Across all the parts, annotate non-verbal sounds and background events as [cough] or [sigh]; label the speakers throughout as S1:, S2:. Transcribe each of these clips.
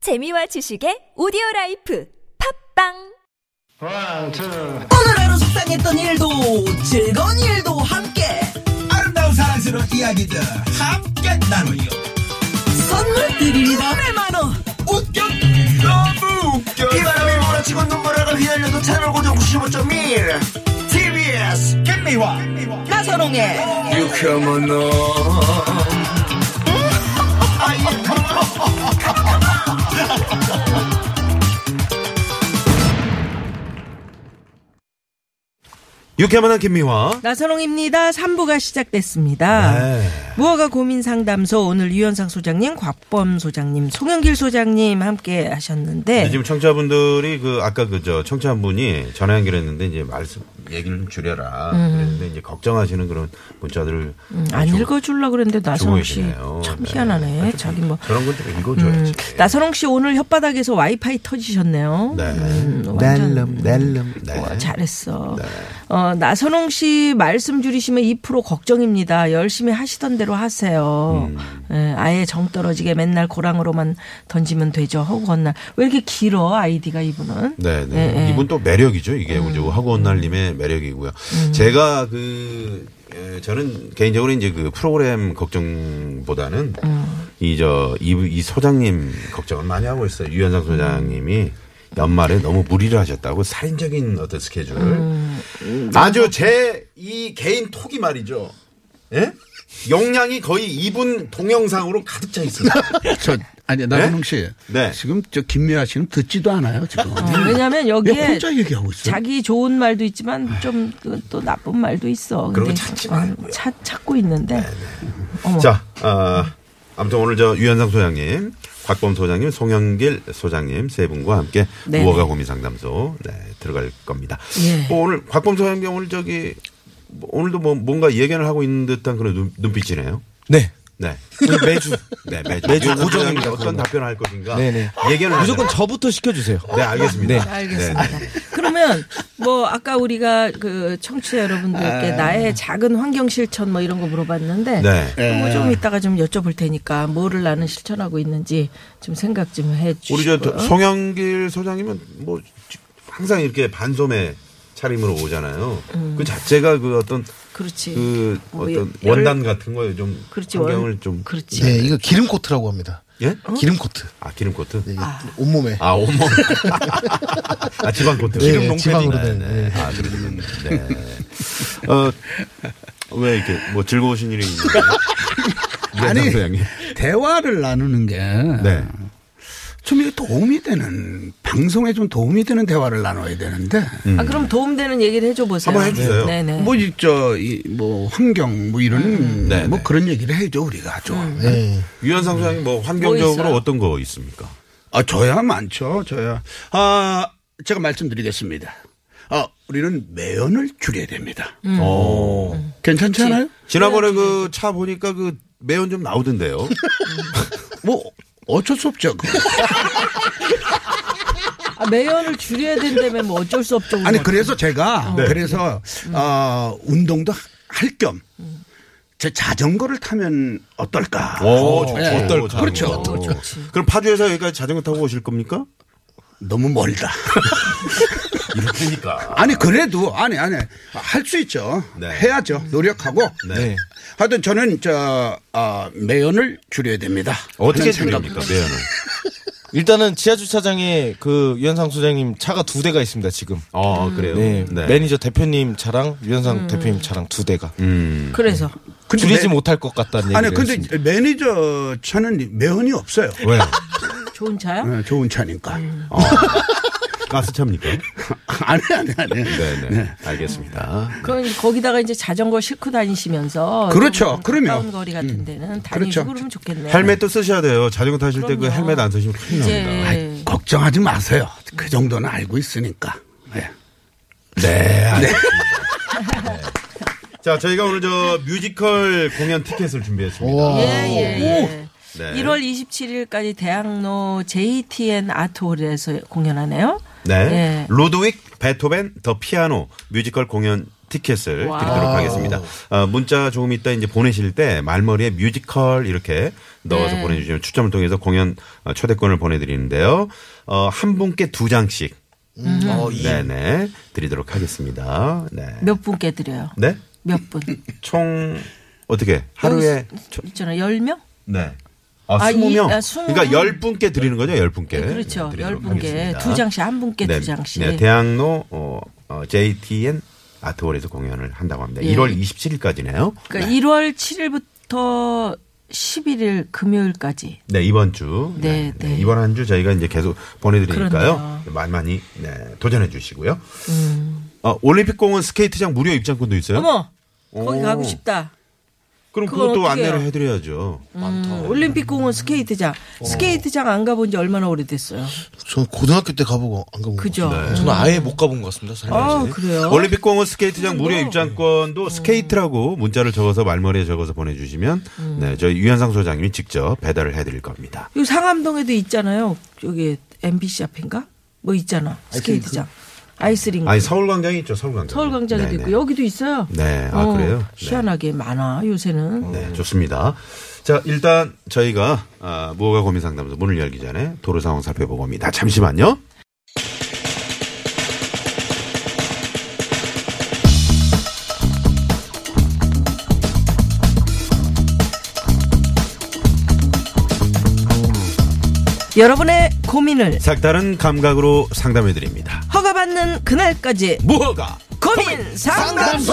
S1: 재미와 지식의 오디오 라이프 팝빵
S2: One, two.
S3: 오늘 하루 속상했던 일도 즐거운 일도 함께
S4: 아름다운 사랑스러운 이야기들 함께 나누요.
S3: 선물 드립니다 100만원
S4: 웃겨 너무 웃겨 이 바람이 몰아치고 눈물을 휘날려도 채널 고정 95.1 TBS 김미화
S3: 나선홍의
S4: 유쾌한 너
S5: 유쾌만한 김미화.
S3: 나선홍입니다 3부가 시작됐습니다
S5: 네.
S3: 무허가 고민 상담소 오늘 유현상 소장님 곽범 소장님 송영길 소장님 함께 하셨는데
S5: 네, 지금 청취자분들이 그 아까 그저 청취자분이 전화 연결했는데 이제 말씀 얘기를 좀 줄여라. 그랬는데 이제 걱정하시는 그런 문자들을
S3: 안
S5: 주-
S3: 읽어주려고 그랬는데 나선홍 씨
S5: 주무시네요.
S3: 참
S5: 네.
S3: 희한하네
S5: 아, 좀
S3: 자기 뭐
S5: 저런 것들 읽어줘야지.
S3: 음, 나선홍 씨 오늘 혓바닥에서 와이파이 터지셨네요 음,
S5: 네.
S3: 완전-
S5: 낼름. 네.
S3: 와, 잘했어. 어, 나선홍 씨 말씀 줄이시면 2% 걱정입니다. 열심히 하시던 대로 하세요.
S5: 음.
S3: 예, 아예 정 떨어지게 맨날 고랑으로만 던지면 되죠. 허구 건날. 왜 이렇게 길어, 아이디가 이분은?
S5: 네,
S3: 예,
S5: 네. 음.
S3: 예.
S5: 이분 또 매력이죠. 이게 우리 학원날님의 매력이고요. 제가 그 에, 저는 개인적으로 이제 그 프로그램 걱정보다는 이 저 이 소장님 걱정을 많이 하고 있어요. 유현상 소장님이 연말에 너무 무리를 하셨다고 살인적인 어떤 스케줄을 음. 아주 제 이 개인 톡이 말이죠. 예? 용량이 거의 이분 동영상으로 가득 차 [laughs] 있습니다.
S6: 저 아니 나선홍 씨
S5: 네.
S6: 지금 저 김미아 씨는 듣지도 않아요 지금.
S3: 어, 왜냐면 여기에
S6: 왜 혼자 얘기하고 있어요?
S3: 자기 좋은 말도 있지만 좀그 또 나쁜 말도 있어.
S5: 그런 거
S3: 근데
S5: 찾지
S3: 어,
S5: 말고요. 네,
S3: 찾, 찾고 있는데. 어머.
S5: 자, 아, 아무튼 오늘 저 유현상 소장님, 곽범 소장님, 송영길 소장님 세 분과 함께
S3: 네.
S5: 무허가 고민 상담소 네, 들어갈 겁니다.
S3: 예.
S5: 뭐 오늘 곽범 소장님 오늘 저기 뭐 오늘도 뭐 뭔가 예견을 하고 있는 듯한 그런 눈, 눈빛이네요.
S7: 네.
S5: 네. 매주 네, 매주,
S7: 매주
S5: 유현상
S7: 고정입니다,
S5: 소장님이 어떤
S7: 그건.
S5: 답변을 할 것인가?
S7: 네네.
S5: 예견을
S7: 무조건
S5: 하잖아요.
S7: 저부터 시켜주세요.
S5: 네, 알겠습니다.
S7: 네.
S3: 알겠습니다. 그러면 뭐 아까 우리가 그 청취자 여러분들께 나의 작은 환경 실천 뭐 이런 거 물어봤는데
S5: 아. 네.
S3: 뭐좀 이따가 좀 여쭤볼 테니까 뭐를 나는 실천하고 있는지 좀 생각 좀 해주시고요.
S5: 우리 저 송영길 소장님은 뭐 항상 이렇게 반소매 차림으로 오잖아요.
S3: 음.
S5: 그 자체가 그 어떤
S3: 그렇지.
S5: 그
S3: 뭐
S5: 어떤
S3: 열-
S5: 원단 같은 거에 좀
S3: 그렇지,
S5: 환경을
S3: 원-
S5: 좀
S3: 그렇죠. 그렇지.
S8: 네, 이거 기름 코트라고 합니다.
S5: 예?
S8: 기름 코트.
S5: 아 기름 코트?
S8: 이게 온몸에
S5: 아 온몸 아 지방 코트
S8: 네, 기름 롱패딩. 지방으로 된,
S5: 네, 네. 아 그러면 네어왜 이렇게 뭐 즐거우신 일이 있나요?
S6: 아니
S5: 소장님
S6: 대화를 나누는 게
S5: 네
S6: 좀 이게 도움이 되는 방송에 좀 도움이 되는 대화를 나눠야 되는데
S5: 음.
S6: 뭐
S3: 아 그럼 도움되는 얘기를 해줘 보세요.
S5: 한번 해주세요. 뭐
S3: 네네.
S6: 뭐저뭐 환경 뭐 이런
S5: 네, 음.
S6: 뭐
S5: 네.
S6: 그런 얘기를 해줘 우리가 좀.
S8: 네.
S5: 유현상 소장님 뭐
S3: 뭐
S5: 환경적으로
S3: 있어요?
S5: 어떤 거 있습니까?
S6: 아, 저야 많죠. 저야. 아, 제가 말씀드리겠습니다. 아, 우리는 매연을 줄여야 됩니다.
S5: 음. 오
S6: 괜찮지 않아요?
S5: 지난번에 그 차 보니까 그 매연 좀 나오던데요.
S6: 뭐 어쩔 수 없죠. 그거.
S3: 아, 매연을 줄여야 된다면 뭐 어쩔 수 없죠.
S6: 아니 그래서 제가 그래서 어, 운동도 할 겸 제 자전거를 타면 어떨까?
S5: 오, 좋죠.
S6: 예.
S5: 어떨까?
S6: 그렇죠.
S5: 오. 그럼 파주에서 여기까지 자전거 타고 오실 겁니까? [laughs]
S6: 너무 멀다.
S5: 그러니까.
S6: 아니 그래도 아니 아니 할 수 있죠.
S5: 네.
S6: 해야죠. 노력하고.
S5: 네.
S6: 하여튼 저는 저 아, 매연을 줄여야 됩니다.
S5: 어떻게
S6: 하는 생각.
S5: 줄입니까, 매연을?
S7: 일단은 지하 주차장에 그 유현상 소장님 차가 두 대가 있습니다 지금.
S5: 아, 그래요?
S7: 네, 매니저 대표님 차랑 유현상 대표님 차랑 두 대가
S3: 그래서
S6: 근데
S7: 줄이지
S6: 매-
S7: 못할 것 같다는 얘기를
S6: 아니 근데
S7: 했습니다.
S6: 매니저 차는 매연이 없어요.
S5: 왜?
S3: 좋은
S5: 음.
S3: 차야?
S6: 네, 좋은 차니까.
S5: 가스차입니까?
S6: [laughs] 아니 아니 아니.
S5: 네네. 알겠습니다.
S3: 그럼 거기다가 이제 자전거 싣고 다니시면서
S6: 그렇죠.
S3: 좀
S6: 그러면.
S3: 가까운 거리
S5: 음.
S3: 같은 데는 다니시고
S6: 그렇죠.
S3: 그러면 좋겠네.
S5: 헬멧도 쓰셔야 돼요. 자전거 타실 때 그
S3: 그럼요. 네.
S5: 헬멧 안 쓰시면 큰일 납니다.
S3: 이제
S6: 아이, 걱정하지 마세요. 그 정도는 알고 있으니까. 예.
S5: 네. 알겠습니다. 네. 자, 저희가 오늘 저 뮤지컬 공연 티켓을 준비했습니다.
S3: 예, 예, 예.
S5: 네.
S3: 1월 27일까지 대학로 JTN 아트홀에서 공연하네요.
S5: 네.
S3: 예.
S5: 로드윅, 베토벤, 더 피아노 뮤지컬 공연 티켓을
S3: 와우.
S5: 드리도록 하겠습니다. 아, 문자 조금 이따 이제 보내실 때 말머리에 뮤지컬 이렇게 넣어서
S3: 네.
S5: 보내주시면 추첨을 통해서 공연 어, 초대권을 보내드리는데요. 어, 한 분께 두 장씩.
S7: 어, 이
S3: 예.
S5: 네네. 드리도록 하겠습니다. 네.
S3: 몇 분께 드려요?
S5: 네?
S3: 몇 분?
S5: 총, 어떻게, [laughs] 하루에.
S3: 여기
S5: 초-
S3: 있잖아 열 명?
S5: 네. 아,
S3: 아,
S5: 20명.
S3: 이- 아, 스무
S5: 그러니까
S3: 명.
S5: 10분께 드리는 거죠, 10분께.
S3: 네, 그렇죠. 열
S5: 예, 드리도록
S3: 분께
S5: 하겠습니다.
S3: 두 장씩 한 분께
S5: 네,
S3: 두 장씩.
S5: 네, 대학로 어, 어, JTN 아트홀에서 공연을 한다고 합니다.
S3: 예.
S5: 1월 27일까지네요.
S3: 그러니까 1월 7일부터 11일 금요일까지.
S5: 네, 이번 주.
S3: 네, 네.
S5: 이번 한 주 저희가 이제 계속 보내드리니까요.
S3: 그러네요. 음.
S5: 많이 많이 네, 도전해 주시고요. 어, 올림픽공원 스케이트장 무료 입장권도 있어요.
S3: 어머, 거기
S5: 오.
S3: 가고 싶다.
S5: 그럼
S3: 그건
S5: 그것도
S3: 어떻게 해요?
S5: 안내를 해드려야죠.
S3: 음, 올림픽공원 스케이트장.
S5: 어.
S3: 스케이트장 안 가본 지 얼마나 오래됐어요.
S8: 저는 고등학교 때 가보고 안 가본
S3: 그죠?
S5: 네.
S8: 것 같아요.
S7: 저는 아예 못 가본 것 같습니다.
S3: 아,
S7: 살면서.
S3: 그래요?
S5: 올림픽공원 스케이트장 무료
S3: 뭐.
S5: 입장권도 스케이트라고 문자를 적어서 말머리에 적어서 보내주시면
S3: 음.
S5: 네, 저희 유현상 소장님이 직접 배달을 해드릴 겁니다.
S3: 이 상암동에도 있잖아요. 여기 MBC 앞인가? 뭐 있잖아. 스케이트장. 아이스링크.
S5: 아니 서울광장이 네. 있죠 서울광장.
S3: 음. 서울광장에도 있고 여기도 있어요.
S5: 네, 아, 그래요? 네.
S3: 희한하게 많아 요새는.
S5: 네, 좋습니다. 자, 일단 저희가 아, 무허가 고민 상담소 문을 열기 전에 도로 상황 살펴보고 옵니다. 잠시만요.
S3: 여러분의 고민을
S5: 색다른 감각으로 상담해 드립니다.
S3: 허가받는 그날까지
S5: 무허가
S3: 고민 상담소.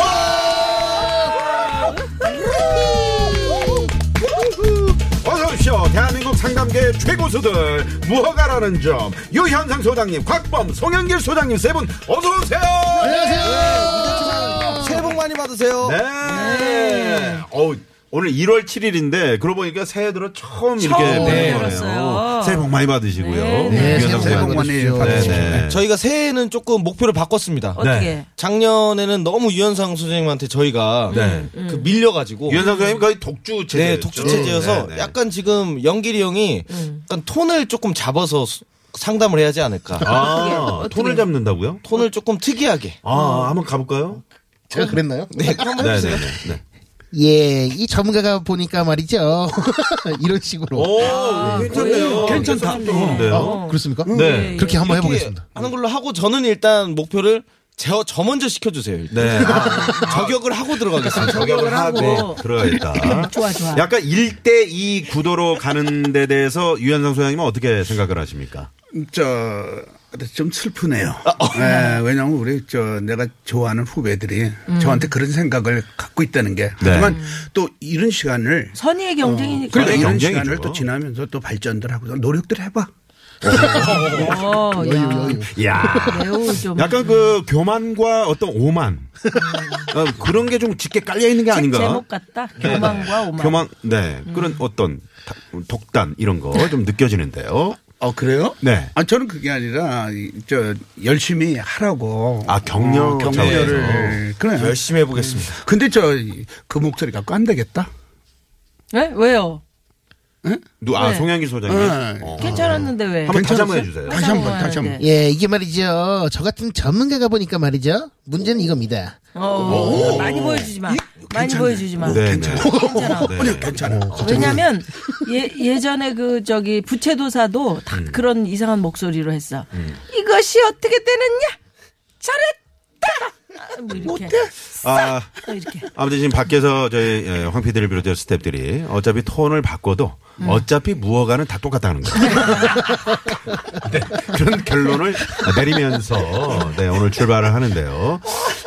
S5: 어서 오십시오. 대한민국 상담계 최고수들 무허가라는 점 유현상 소장님, 곽범, 송영길 소장님 세 분 어서 오세요.
S7: 새해 복 많이 받으세요.
S5: 네. 어우, 오늘 1월 7일인데 그러고 보니까 새해 들어 처음, 이렇게
S3: 처음
S5: 뵈는 거네요.
S3: 알았어요.
S5: 새해 복 많이 받으시고요.
S3: 네,
S8: 네,
S5: 유현상
S8: 새해 복 많이
S5: 소장님.
S8: 받으십시오.
S5: 네, 네.
S7: 저희가 새해에는 조금 목표를 바꿨습니다.
S3: 어떻게?
S5: 네.
S7: 작년에는 너무 유현상 소장님한테 저희가
S5: 네.
S7: 그 밀려가지고
S5: 유현상 소장님 거의 독주 체제.
S7: 네, 독주 체제여서 약간 지금 연길이 형이 약간 톤을 조금 잡아서 수- 상담을 해야지 않을까.
S5: 아,
S3: 어떻게, 어떻게.
S5: 톤을 잡는다고요?
S7: 톤을 조금 특이하게.
S5: 아, 한번 가볼까요?
S8: 제가 그랬나요?
S7: 네, 한번
S5: 네,
S7: 해주세요.
S5: 네, 네, 네.
S8: 예, 이 전문가가 보니까 말이죠. [laughs] 이런 식으로.
S7: 어,
S5: 오, 괜찮네요. 괜찮다. 좋은데요.
S8: 아, 그렇습니까?
S5: 네.
S8: 그렇게 한번
S7: 이렇게
S8: 해보겠습니다.
S7: 하는 걸로 하고 저는 일단 목표를 저, 저 먼저 시켜주세요. 일단.
S5: 네. 아,
S7: [laughs] 저격을 하고 들어가겠습니다.
S5: 저격을 하고
S3: 하고.
S5: 들어가겠다.
S3: [laughs] 좋아, 좋아.
S5: 약간 1대2 구도로 가는 데 대해서 유현상 소장님은 어떻게 생각을 하십니까?
S6: 저, 좀 슬프네요. 예, 왜냐하면 우리 저 내가 좋아하는 후배들이 저한테 그런 생각을 갖고 있다는 게 하지만 또 이런 시간을
S3: 선의의 경쟁이니까.
S6: 그러니까 이런
S5: 경쟁이죠.
S6: 시간을 또 지나면서 또 발전들 하고 노력들 해봐.
S3: 어, 야,
S5: 야
S3: 매우 좀
S5: 약간 그 교만과 어떤 오만. 어, 그런 게 좀 짙게 깔려 있는 게
S3: 책
S5: 아닌가.
S3: 음. 제목 같다. 교만과 음. 오만.
S5: 교만, 네. 그런 어떤 다- 독단 이런 거 좀 느껴지는데요.
S6: 어 그래요?
S5: 네.
S6: 아 저는 그게 아니라 이, 저 열심히 하라고.
S5: 아, 격려
S6: 어,
S5: 차원에서.
S6: 격려를 그래. 요
S7: 네. 열심히 해보겠습니다.
S6: 근데 저 그 목소리 갖고 안 되겠다.
S3: 네? 왜요?
S5: 누, 아,
S3: 네.
S5: 송영길 소장님.
S6: 네.
S5: 어.
S3: 괜찮았는데 왜? 그
S5: 한번 다시 한번 해주세요.
S6: 다시 한번 다시 한번.
S3: 네.
S8: 예, 이게 말이죠. 저 같은 전문가가 보니까 말이죠. 문제는 이겁니다.
S3: 어, 많이 보여주지 마. 많이 보여주지 마.
S5: 네, 네.
S3: 괜찮아.
S5: 네.
S6: 어, 괜찮아.
S3: 왜냐면 예 예전에 그 저기 부채도사도 다
S5: 음.
S3: 그런 이상한 목소리로 했어. 이것이 어떻게 되느냐? 잘했다. 뭐 이렇게
S5: 아,
S3: 이렇게.
S5: 아무튼 지금 밖에서 저희 예, 황 PD를 비롯해서 스탭들이 어차피 톤을 바꿔도 어차피 무허가는 다 똑같다는 거예요. 네, 그런 결론을 내리면서 네, 오늘 출발을 하는데요.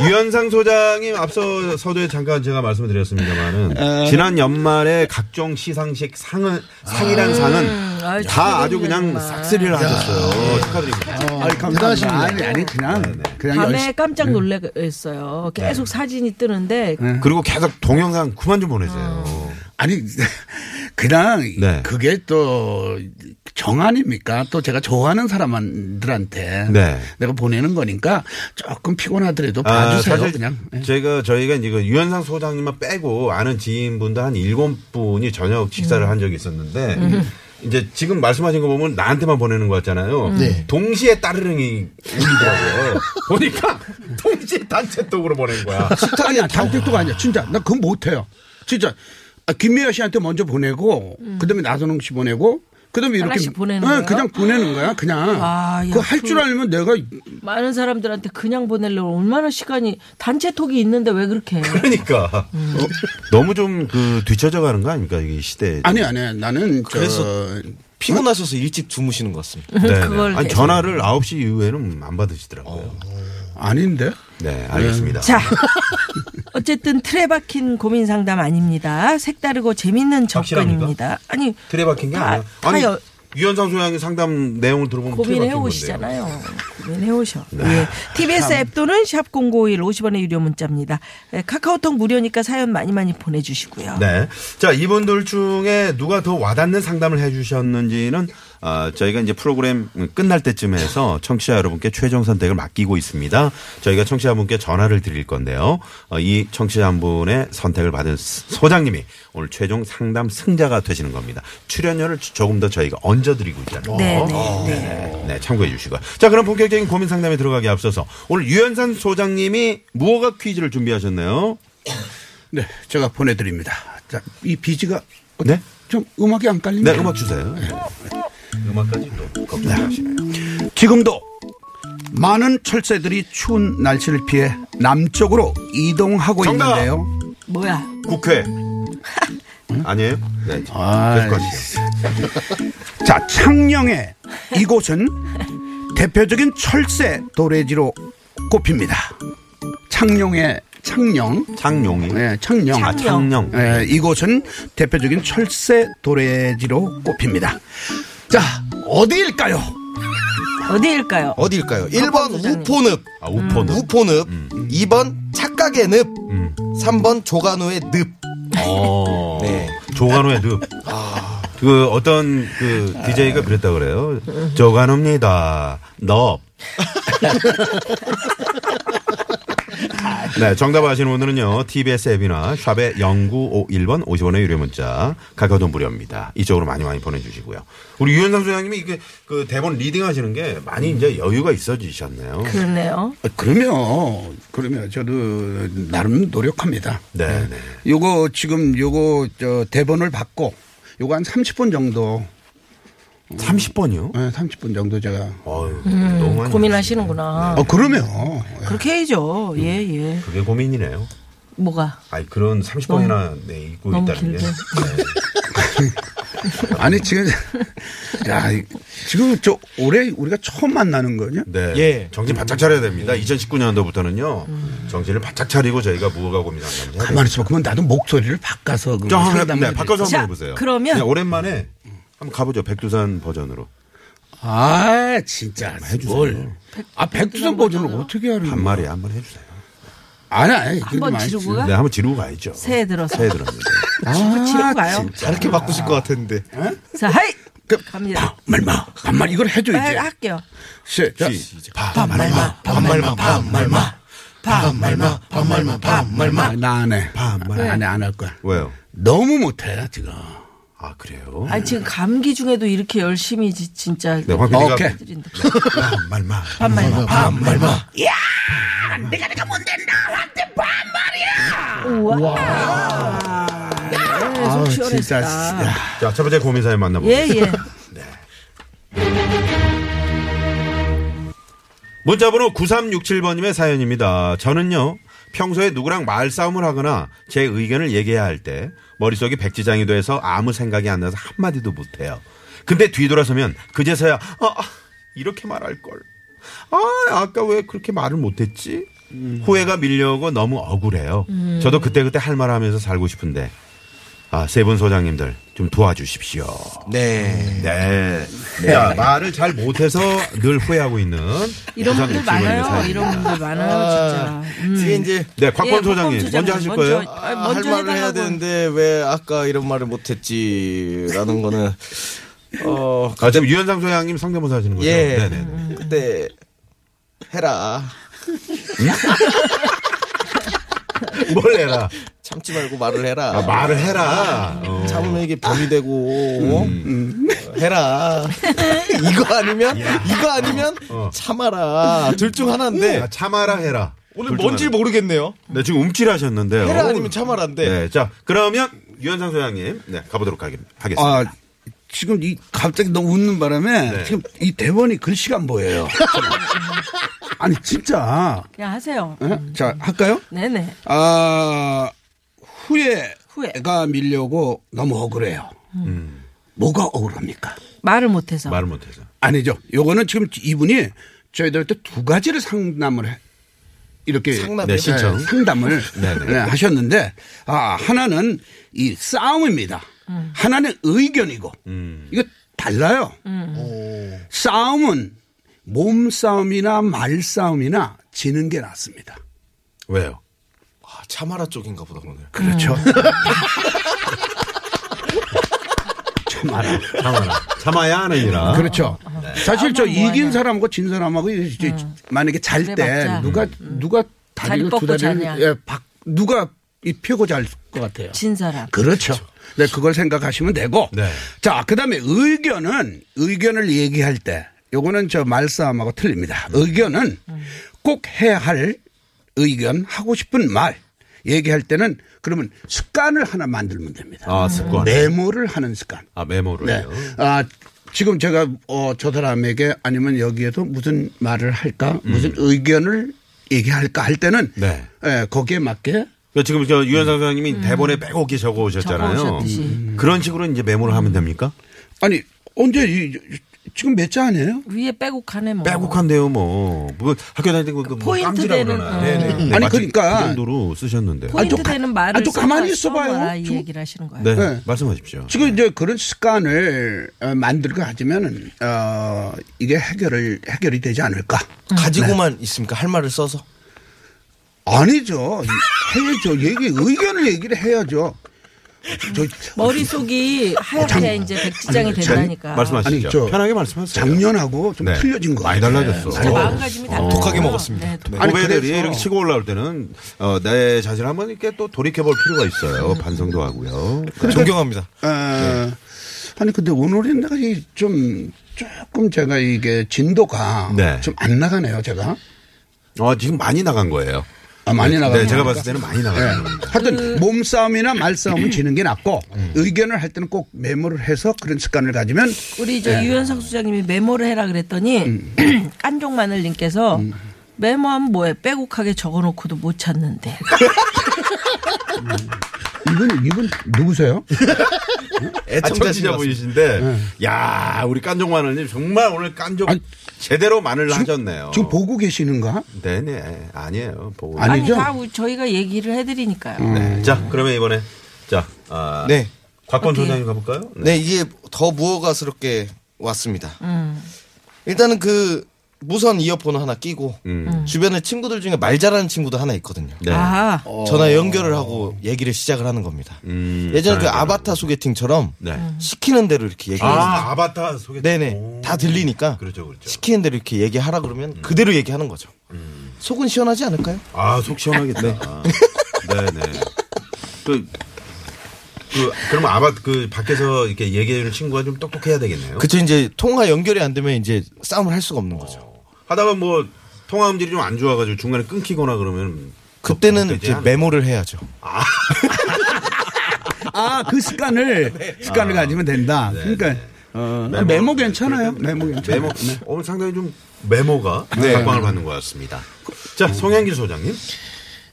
S5: 유현상 소장님 앞서 서두에 잠깐 제가 말씀을
S3: 아.
S5: 드렸습니다만은 지난 연말에 각종 시상식 상은 상이란 상은
S3: 아유,
S5: 다 아주
S3: 축하드립니다,
S5: 그냥
S3: 정말.
S5: 싹쓸이를 하셨어요. 축하드립니다.
S6: 아니 감사합니다. 그 네, 아니 아니 그냥 그냥
S3: 밤에
S6: 열심히.
S5: 네.
S3: 깜짝 놀랐어요. 계속 사진이 뜨는데
S5: 그리고 계속 동영상 그만 좀 보내세요.
S6: 아니 [laughs] 그냥
S5: 네.
S6: 그게 또 정 아닙니까? 또 제가 좋아하는 사람들한테
S5: 네.
S6: 내가 보내는 거니까 조금 피곤하더라도
S5: 아,
S6: 봐주세요
S5: 사실
S6: 그냥. 예.
S5: 제가 저희가 이제 그 유현상
S3: 음.
S5: 소장님만 빼고 아는 지인분도 한 일곱 분이 저녁 식사를 한 적이 있었는데 이제 지금 말씀하신 거 보면 나한테만 보내는 것 같잖아요.
S3: 음.
S8: 네.
S5: 동시에 따르릉이 울리더라고요. [laughs] 보니까 동시에 단체톡으로 보낸 거야.
S6: 아니야 단톡도 아니야 진짜 나 그건 못해요 진짜 아, 김미아 씨한테 먼저 보내고 그다음에 나선홍 씨 보내고 그다음에 이렇게
S3: 하나씩 보내는
S6: 응,
S3: 거예요?
S6: 그냥 보내는 거야 그냥
S3: 아, 야,
S6: 그거 할 줄 알면 내가
S3: 많은 사람들한테 그냥 보내려고 얼마나 시간이 단체톡이 있는데 왜 그렇게 해요?
S5: 그러니까
S3: 음.
S5: 어, 너무 좀 그 뒤처져 가는 거 아닙니까 이 시대.
S6: 아니 아니 나는 저
S7: 그래서 피곤하셔서 일찍 주무시는 것 같습니다.
S5: 네,
S3: 그걸
S5: 네. 아니,
S3: 계속-
S5: 전화를 9시 이후에는 안 받으시더라고요.
S6: 아닌데
S5: 네, 알겠습니다. [laughs]
S3: 자, 어쨌든 틀에 박힌 고민 상담 아닙니다. 색다르고 재밌는 접근입니다.
S5: 확실합니까?
S3: 아니
S5: 틀에 박힌 게
S3: 다-
S5: 아니야.
S3: 다
S5: 아니
S3: 여-
S5: 유현상 소양의 상담 내용을 들어보면 틀에
S3: 고민해
S5: 박힌 건데요.
S3: 오시잖아요. 고민해 오셔. 예. TBS 앱 또는 샵 #051 50원의 유료 문자입니다. 예, 카카오톡 무료니까 사연 많이 많이 보내주시고요.
S5: 네. 자, 이분들 중에 누가 더 와닿는 상담을 해 주셨는지는 아, 저희가 이제 프로그램 끝날 때쯤 해서 청취자 여러분께 최종 선택을 맡기고 있습니다. 저희가 청취자분께 전화를 드릴 건데요. 어, 이 청취자 한 분의 선택을 받은 스- 소장님이 오늘 최종 상담 승자가 되시는 겁니다. 출연료를 조금 더 저희가 얹어드리고 있잖아요.
S3: 네, 네, 네.
S5: 네, 참고해 주시고요. 자, 그럼 본격적인 고민 상담에 들어가기 앞서서 오늘 유현산 소장님이 무허가 퀴즈를 준비하셨네요.
S6: 네 제가 보내드립니다 자이 비지가
S5: 네?
S6: 좀 음악이 안 깔리네
S5: 네, 음악 주세요. 음악까지 또 걱정하시네요.
S6: 지금도 많은 철새들이 추운 날씨를 피해 남쪽으로 이동하고
S5: 정답!
S6: 있는데요
S3: 뭐야?
S5: 국회. 아니에요? 네.
S6: 아,
S5: 계속 하시죠.
S6: 자, 창녕의 이곳은 대표적인 철새 도래지로 꼽힙니다. 창녕의 창녕,
S5: 창용이.
S6: 예, 창녕.
S5: 아, 창녕.
S6: 예, 이곳은 대표적인 철새 도래지로 꼽힙니다. 자, 어디일까요?
S3: 어디일까요?
S7: 어디일까요? 1번
S3: 소장님.
S7: 우포늪,
S5: 아, 우포는. 음.
S7: 우포늪. 2번 착각의 늪. 3번 조간호의 늪.
S5: 어.
S7: 네.
S5: 조간호의 늪. 그 어떤 그 DJ가 그랬다 그래요. 조간호입니다. 넙. 네, 정답 아시는 분들은요, TBS 앱이나 샵의 0951번 50원의 유료 문자, 가까운 무료입니다. 이쪽으로 많이 많이 보내주시고요. 우리 유현상 소장님이 이게 그 대본 리딩 하시는 게 많이 이제 여유가 있어지셨네요.
S3: 그러네요.
S6: 아, 그러면, 그러면 저도 나름 노력합니다.
S5: 네, 네.
S6: 요거 지금 요거 저 대본을 받고 요거 한 30분 정도,
S5: 30번이요?
S6: 예, 30분 정도 제가.
S5: 어유 너무 많이
S3: 음. 고민하시는구나.
S6: 아, 그러면. 예.
S3: 그렇게 해야죠. 예, 예.
S5: 하시네. 그게 고민이네요.
S3: 뭐가?
S5: 아니, 그런 30번이나 네, 읽고
S3: 어. 너무
S5: 있다는 게.
S3: 길게.
S5: 네.
S7: [laughs]
S6: 아니 지금 [laughs] 야 이- 지금 저 올해 우리가 처음 만나는 거냐?
S5: 네.
S7: 예.
S5: 정신 바짝 차려야 됩니다. 2019년도부터는요.
S3: 음.
S5: 정신을 바짝 차리고 저희가 무허가 고민을 한답니다.
S6: 가만히 있어봐. 그러면 나도 목소리를 바꿔서 그
S5: 좀 한번 해-
S6: 상담을
S5: 네, 바꿔서
S3: 자,
S5: 한번 해보세요.
S3: 그러면-
S5: 그냥 오랜만에 한번 가보죠. 백두산 버전으로.
S6: 아 진짜 뭘? 아 백두산 버전을 어떻게 하는 거야?
S5: 반말이 한번 해주세요.
S6: 아니 아니
S3: 한번
S6: 그러지
S3: 지르고
S6: 마시지.
S3: 가?
S5: 네, 한번 지르고 가야죠.
S3: 새해 들어서.
S5: 새해 들었는데.
S3: 아, 치러 가요.
S7: [laughs] 다르게 바꾸실 것 같은데.
S3: 자, 하이!
S6: 그,
S3: 갑니다.
S6: 말마 반말 이걸 해줘
S3: 빨리
S6: 이제.
S3: 할게요.
S6: 시작.
S3: 반말마,
S6: 반말마 반말마
S8: 반말마, 반말마, 반말마.
S6: 나안해 네.
S5: 반말.
S6: 안해 안 할 거야.
S5: 왜요?
S6: 너무 못해 지금.
S5: 아, 그래요?
S3: 아니, 지금 감기 중에도 이렇게 열심히 지- 진짜.
S5: 네, 황 PD가.
S6: 오케이.
S3: 드린다.
S5: 반말마.
S3: 반말마.
S6: 반말마.
S3: 네, 속
S6: 진짜.
S3: 시원했다.
S6: 야.
S5: 자, 첫 번째 고민 사연 만나보겠습니다.
S3: 예, 예.
S5: 문자번호 9367번님의 사연입니다. 저는요, 평소에 누구랑 말싸움을 하거나 제 의견을 얘기해야 할 때 머릿속이 백지장이 돼서 아무 생각이 안 나서 한마디도 못해요. 근데 뒤돌아서면 그제서야, 아, 아, 이렇게 말할걸. 아, 아까 왜 그렇게 말을 못했지? 후회가 밀려오고 너무 억울해요. 저도 그때그때 할 말 하면서 살고 싶은데, 아, 세 분 소장님들 좀 도와주십시오.
S7: 네.
S5: 네. 자, 말을 잘 못해서 늘 후회하고 있는 [laughs]
S3: 이런
S5: 부산
S3: 분들
S5: 육칠번
S3: 많아요.
S5: 의사입니다.
S3: 이런 분들 많아요, 진짜. 음.
S7: 뒤에 이제
S5: 네, 곽범
S3: 예,
S5: 소장님
S3: 소장님
S5: 먼저 하실
S3: 먼저.
S5: 거예요?
S3: 아,
S7: 아, 할
S3: 먼저
S7: 말을 해야
S3: 해달라고.
S7: 되는데 왜 아까 이런 말을 못했지라는 거는 어
S5: 아, 지금 유현상 소장님 성대모사 하시는 거죠?
S7: 예.
S5: 네네. [laughs] 네
S7: 그때 해라.
S5: 뭘 해라.
S7: 참지 말고 말을 해라.
S5: 아, 말을 해라. 어.
S7: 참으면 이게 병이 되고
S5: 음.
S7: 어,
S5: [laughs]
S7: 해라. 이거 아니면 이거 아니면
S5: 어.
S7: 참아라. 둘 중 하나인데
S5: 아, 참아라 해라.
S7: 오늘
S5: 둘중
S7: 뭔지 모르겠네요.
S5: 하나. 네, 지금 움찔하셨는데요.
S7: 해라 아니면 참아라인데
S5: 네, 자 그러면 유현상 소장님, 네 가보도록 하겠, 하겠습니다.
S6: 아, 지금 이 갑자기 너무 웃는 바람에
S5: 네.
S6: 지금 이 대본이 글씨가 안 보여요. 아니 진짜.
S3: 그냥 하세요.
S6: 어? 자 할까요?
S3: 네네.
S6: 아
S3: 후회.
S6: 후회가 밀려고 너무 억울해요. 뭐가 억울합니까?
S3: 말을
S7: 아.
S3: 못해서.
S5: 말을 못해서.
S6: 아니죠. 요거는 지금 이분이 저희들한테 두 가지를 상담을 해. 이렇게
S7: 상담.
S5: 네, 신청.
S6: 네, 상담을
S5: [laughs] 네네.
S6: 네, 하셨는데 아 하나는 이 싸움입니다. 하나는 의견이고
S5: 음.
S6: 이거 달라요.
S7: 음.
S6: 싸움은 몸싸움이나 말싸움이나 지는 게 낫습니다.
S5: 왜요?
S7: 아, 참아라 쪽인가 보다 오늘.
S6: 그렇죠.
S7: 음.
S6: 참 알아.
S5: 참아라. 참아야 하느니라.
S6: 그렇죠.
S5: 네.
S6: 사실 저
S3: 싸움은 뭐
S6: 이긴
S3: 하냐.
S6: 사람하고 진 사람하고 이제 만약에 잘 때
S3: 그래봤자. 음.
S6: 누가 누가 다리를
S3: 뻗고
S6: 두 다리를
S3: 자냐.
S6: 예, 박 누가 이 펴고 잘 것 같아요.
S3: 진 사람.
S6: 그렇죠. 네, 그걸 생각하시면 되고.
S5: 네.
S6: 자, 그 다음에 의견은, 의견을 얘기할 때, 요거는 저 말싸움하고 틀립니다.
S5: 음.
S6: 의견은
S3: 음.
S6: 꼭 해야 할 의견, 하고 싶은 말, 얘기할 때는 그러면 습관을 하나 만들면 됩니다.
S5: 아 습관.
S6: 메모를 하는 습관.
S5: 아 메모를요.
S7: 네.
S6: 아, 지금 제가 어, 저 사람에게 아니면 여기에서 무슨 말을 할까, 무슨 의견을 얘기할까 할 때는
S5: 음. 네.
S6: 예, 거기에 맞게
S5: 그러니까 지금 저 유현상 소장님이 대본에 빼곡히 적어오셨잖아요. 음.
S3: 적어오셨듯이.
S5: 그런 식으로 이제 메모를 하면 됩니까?
S6: 아니 언제 이, 지금 몇 자 아니에요?
S3: 위에 빼곡하네 뭐.
S5: 빼곡한데요, 뭐. 뭐 학교 다닐 때그
S3: 포인트 되는, 어.
S5: 네네.
S6: 아니, 그러니까.
S5: 그 정도로 쓰셨는데.
S6: 아니,
S3: 포인트
S6: 또 가-
S3: 되는 말을.
S6: 아니, 또 가만히
S3: 써봐,
S6: 있어봐요.
S3: 써봐, 이
S6: 좀-
S3: 얘기를 하시는 거예요.
S5: 네,
S6: 네.
S5: 말씀하십시오.
S6: 지금 이제 그런 습관을 어, 만들고 하지면은 어, 이게 해결을 해결이 되지 않을까?
S7: 가지고만 있습니까? 할 말을 써서.
S6: 아니죠. 해야죠. 얘기 의견을 얘기를 해야죠. 저
S3: 머릿속이 하얗게
S6: 장-
S3: 이제 백지장이
S6: 아니, 장-
S3: 된다니까.
S5: 말씀하시죠.
S6: 아니, 저-
S5: 편하게 말씀하세요.
S6: 작년하고 좀
S5: 네.
S6: 틀려진 거
S5: 많이
S6: 같아요. 네.
S5: 달라졌어.
S3: 제 마음가짐이 다
S7: 독하게
S3: 달라요.
S7: 먹었습니다.
S3: 네, 독-
S6: 아니,
S5: 후배들이
S6: 그래서-
S5: 이렇게 치고 올라올 때는 어, 내 자신을 한번 이렇게 또 돌이켜볼 필요가 있어요. 반성도 하고요. [laughs]
S7: 존경합니다.
S6: 어,
S5: 아,
S6: 아니 근데 오늘은 내가 이좀 조금 제가 이게 진도가
S5: 네.
S6: 좀 안 나가네요. 제가
S5: 어, 지금 많이 나간 거예요.
S6: 아, 많이 나가.
S5: 네, 제가 봤을 때는 많이 나가요.
S6: 하여튼 몸싸움이나 말싸움은 지는 게 낫고
S5: 음.
S6: 의견을 할 때는 꼭 메모를 해서 그런 습관을 가지면
S3: 우리 저
S7: 네.
S3: 유현석 수장님이 메모를 해라 그랬더니 [clears throat] 깐종마늘님께서 메모하면 뭐해 빼곡하게 적어놓고도 못 찾는데 그러니까
S6: 이분 이분 누구세요?
S5: 애청자 분이신데, 야 우리 깐종 마늘님 정말 오늘 깐종
S6: 아니,
S5: 제대로 마늘
S6: 지금-
S5: 하셨네요.
S6: 지금 보고 계시는가?
S5: 네네 아니에요. 보고
S6: 아니,
S3: 아니
S6: 아니죠?
S3: 다 우- 저희가 얘기를 해드리니까요.
S5: 네. 자, 그러면 이번에 자, 아,
S7: 네.
S5: 곽권
S3: 어떻게?
S5: 소장님 가볼까요?
S7: 네. 이게 더 무허가스럽게 왔습니다. 일단은 그 무선 이어폰 하나 끼고
S5: 음.
S7: 주변에 친구들 중에 말 잘하는 친구도 하나 있거든요.
S5: 네.
S3: 아
S7: 어. 전화 연결을 하고 얘기를 시작을 하는 겁니다.
S5: 음,
S7: 예전에 그 아바타 소개팅처럼
S5: 네.
S3: 음.
S7: 시키는 대로 이렇게 얘기해요.
S5: 아, 아바타 소개팅.
S7: 네. 네네.
S5: 오.
S7: 다 들리니까
S5: 그렇죠, 그렇죠.
S7: 시키는 대로 이렇게 얘기하라 그러면 그대로 얘기하는 거죠. 속은 시원하지 않을까요?
S5: 아, 속 시원하겠다. 네네. 그, 그, 그럼 아바, 그, 밖에서 이렇게 얘기해주는 친구가 좀 똑똑해야 되겠네요.
S7: 그쵸 이제 통화 연결이 안 되면 이제 싸움을 할 수가 없는 거죠.
S5: 하다가 뭐, 통화 음질이 좀 안 좋아가지고 중간에 끊기거나 그러면.
S7: 그때는
S5: 그때
S7: 이제
S5: 하는
S7: 메모를 해야죠.
S6: 아 그 습관을
S5: 네.
S6: 습관을
S5: 아.
S6: 가지면 된다. 그러니까 어, 메모, 괜찮아요. 메모 괜찮아요. 네.
S5: 메모, 어, 오늘 상당히 좀 메모가 각광을 받는 것 같습니다. 자, 송영길 소장님.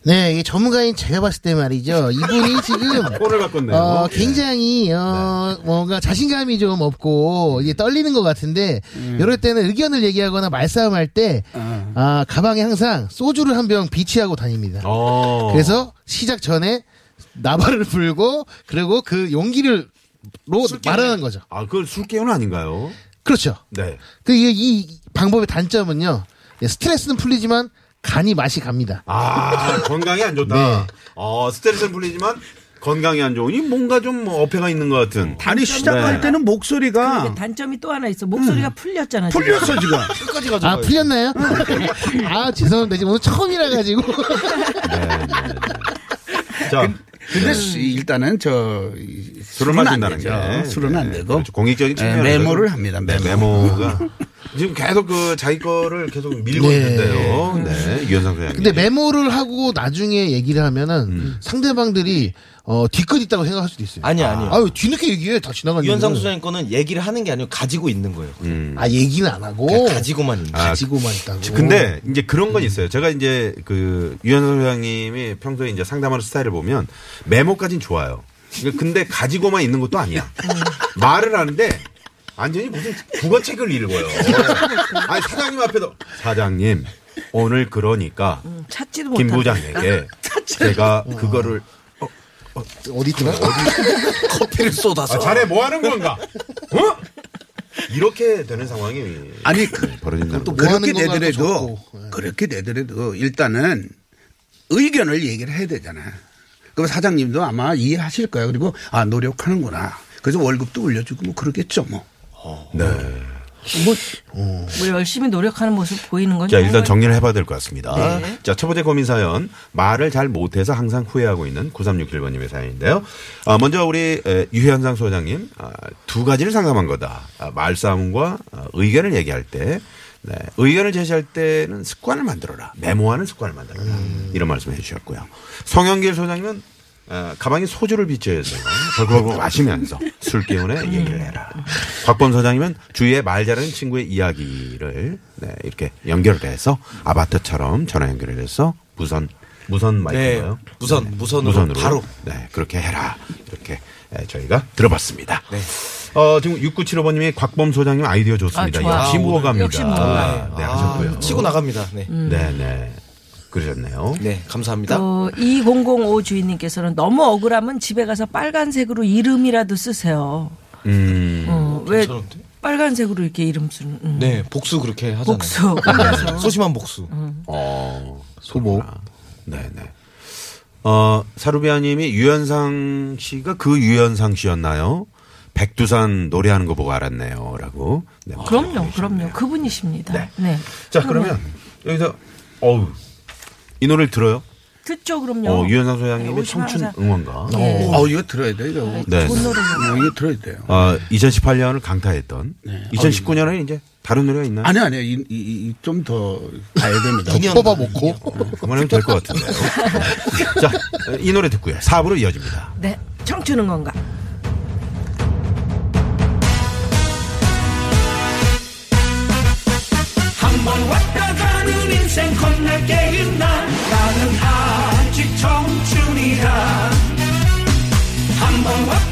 S8: 네, 이 전문가인 제가 봤을 때 말이죠. 이분이 지금
S5: 꼴을 바꿨네요.
S8: 어, 굉장히 어, 뭔가 자신감이 좀 없고 이게 떨리는 것 같은데 이럴 때는 의견을 얘기하거나 말싸움할 때 아, 가방에 항상 소주를 한 병 비치하고 다닙니다.
S5: 어.
S8: 그래서 시작 전에 나발을 불고 그리고 그 용기를 로 말하는 거죠.
S5: 아, 그걸 술게은 아닌가요?
S8: 그렇죠.
S5: 네.
S8: 그 이 방법의 단점은요. 예, 스트레스는 풀리지만 간이 맛이 갑니다.
S5: 아, 건강에 안
S8: 네.
S5: 좋다. 어, 스트레스는 풀리지만 건강에 안 좋으니 뭔가 좀뭐 어폐가 있는 것 같은.
S6: 아니 시작할
S5: 네.
S6: 때는 목소리가
S3: 근데 단점이 또 하나 있어 목소리가 풀렸잖아. 지금.
S6: 풀렸어 지금.
S5: [laughs]
S8: 아 [laughs] 풀렸나요? 아 죄송합니다. 지금 오늘 처음이라 가지고
S5: 자,
S6: 근데 수- 일단은 저 이-
S5: 네. 술을
S6: 그 안
S5: 마신다는
S6: 되죠.
S5: 게.
S6: 술은 안
S5: 네,
S6: 되고
S5: 그렇죠. 공익적인
S6: 네,
S5: 측면에서
S6: 메모를
S5: 좀-
S6: 합니다.
S5: 네,
S6: 메모.
S5: 메모가 지금 계속 그 자기 거를 계속 밀고
S8: 네.
S5: 있는데요. 네, 유현상 소장님.
S7: 예.
S8: 근데 메모를 하고 나중에 얘기를 하면은 상대방들이 어, 뒤끝 있다고 생각할 수도 있어요.
S7: 음. 아니요, 아니요.
S8: 아유 뒤늦게 얘기해 다 지나간
S7: 유현상
S8: 일을.
S7: 수장님 거는 얘기를 하는 게 아니고 가지고 있는 거예요.
S8: 아 얘기는 안 하고
S7: 그냥 그러니까 가지고만 있는. 거예요.
S8: 가지고만 있다고.
S5: 근데 이제 그런 건 있어요. 제가 이제 그 유현상 소장님이 평소에 이제 상담하는 스타일을 보면 메모까진 좋아요. 근데- 근데 가지고만 있는 것도 아니야. 말을 하는데 완전히 무슨 국어책을 읽어요. 아니 사장님 앞에도 사장님 오늘 그러니까
S3: 찾지도
S5: 김
S3: 음. 못하고.
S5: 부장에게 제가 그거를
S8: 어디 있더라?
S7: 커피를 쏟아서.
S5: 아, 자네 뭐 하는 건가? 어? 이렇게 되는 상황이
S6: 아니 그,
S5: 벌어진다는
S8: 또
S5: 거죠.
S8: 뭐 하는
S6: 그렇게
S8: 건가도
S6: 되더라도
S8: 적고. 예.
S6: 그렇게 되더라도 일단은 의견을 얘기를 해야 되잖아. 그럼 사장님도 아마 이해하실 거야. 그리고 아 노력하는구나. 그래서 월급도 올려주고 뭐 그러겠죠 뭐.
S5: 네.
S3: 뭐 열심히 노력하는 모습 보이는 건
S5: 자, 일단
S3: 정말
S5: 정리를 해봐야 될 것 같습니다.
S3: 네.
S5: 자, 첫 번째 고민 사연. 말을 잘 못해서 항상 후회하고 있는 9367번님의 사연인데요. 아, 먼저 우리 에, 유현상 소장님, 아, 두 가지를 상담한 거다. 아, 말싸움과 아, 의견을 얘기할 때, 네, 의견을 제시할 때는 습관을 만들어라. 메모하는 습관을 만들어라.
S3: 음.
S5: 이런 말씀을 해주셨고요. 성영길 소장님은 아, 가방에 소주를 비춰서
S7: [laughs]
S5: 벌컥벌컥 마시면서 술 기운에
S7: 음.
S5: 얘기를 해라. 곽범 소장님은 주위에 말 잘하는 친구의 이야기를 네, 이렇게 연결을 해서 아바타처럼 전화 연결을 해서 무선 무선
S7: 네.
S5: 마이크인가요?
S7: 무선, 무선으로, 바로.
S5: 네 그렇게 해라 이렇게 네, 저희가 들어봤습니다.
S7: 네.
S5: 어, 지금 6975번님이 곽범 소장님 아이디어 좋습니다.
S3: 아, 좋아요.
S5: 역시 무어갑니다.
S3: 역시 무어가예요.
S5: 네,
S7: 아,
S5: 하셨고요.
S7: 뭐 치고 나갑니다. 네.
S5: 네, 네. 그러셨네요.
S7: 네, 감사합니다.
S3: 또 2005 어, 주인님께서는 너무 억울하면 집에 가서 빨간색으로 이름이라도 쓰세요.
S5: 음.
S3: 어, 왜
S7: 괜찮은데?
S3: 빨간색으로 이렇게 이름 쓰는? 음.
S7: 네, 복수 그렇게 하잖아요.
S3: 복수. 음.
S7: 네, 소심한 복수.
S5: 어, 소목. 네네. 어, 사루비아님이 유현상 씨가 그 유현상 씨였나요? 백두산 노래하는 거 보고 알았네요. 라고. 네,
S3: 그럼요,
S5: 보내주셨네요.
S3: 그럼요. 그분이십니다.
S5: 네.
S3: 네.
S5: 자, 그러면 여기서, 어우, 이 노래를 들어요?
S3: 듣죠, 그럼요.
S5: 어, 유현상
S3: 네,
S5: 소장님의
S3: 오시면
S5: 청춘
S3: 항상-
S5: 응원가.
S3: 예.
S6: 어 이거 들어야 돼 이거.
S5: 네.
S3: 좋은 노래.
S6: 어, 이거 들어야 돼요.
S5: 어, 2018년을 강타했던 2019년에 이제 다른 노래가 있나요?
S6: 네. 어, 아니 아니 이좀 더 가야 됩니다.
S8: 뽑아 먹고
S5: 어, 그만하면 될 것
S6: [laughs]
S5: 같은데요. 자, 이 노래 듣고요. 4부로 이어집니다.
S3: 네, 청춘은 건가?
S9: 한번 왔다 가는 인생 겁날 게 있나 나는 아직 청춘이라 한번 왔다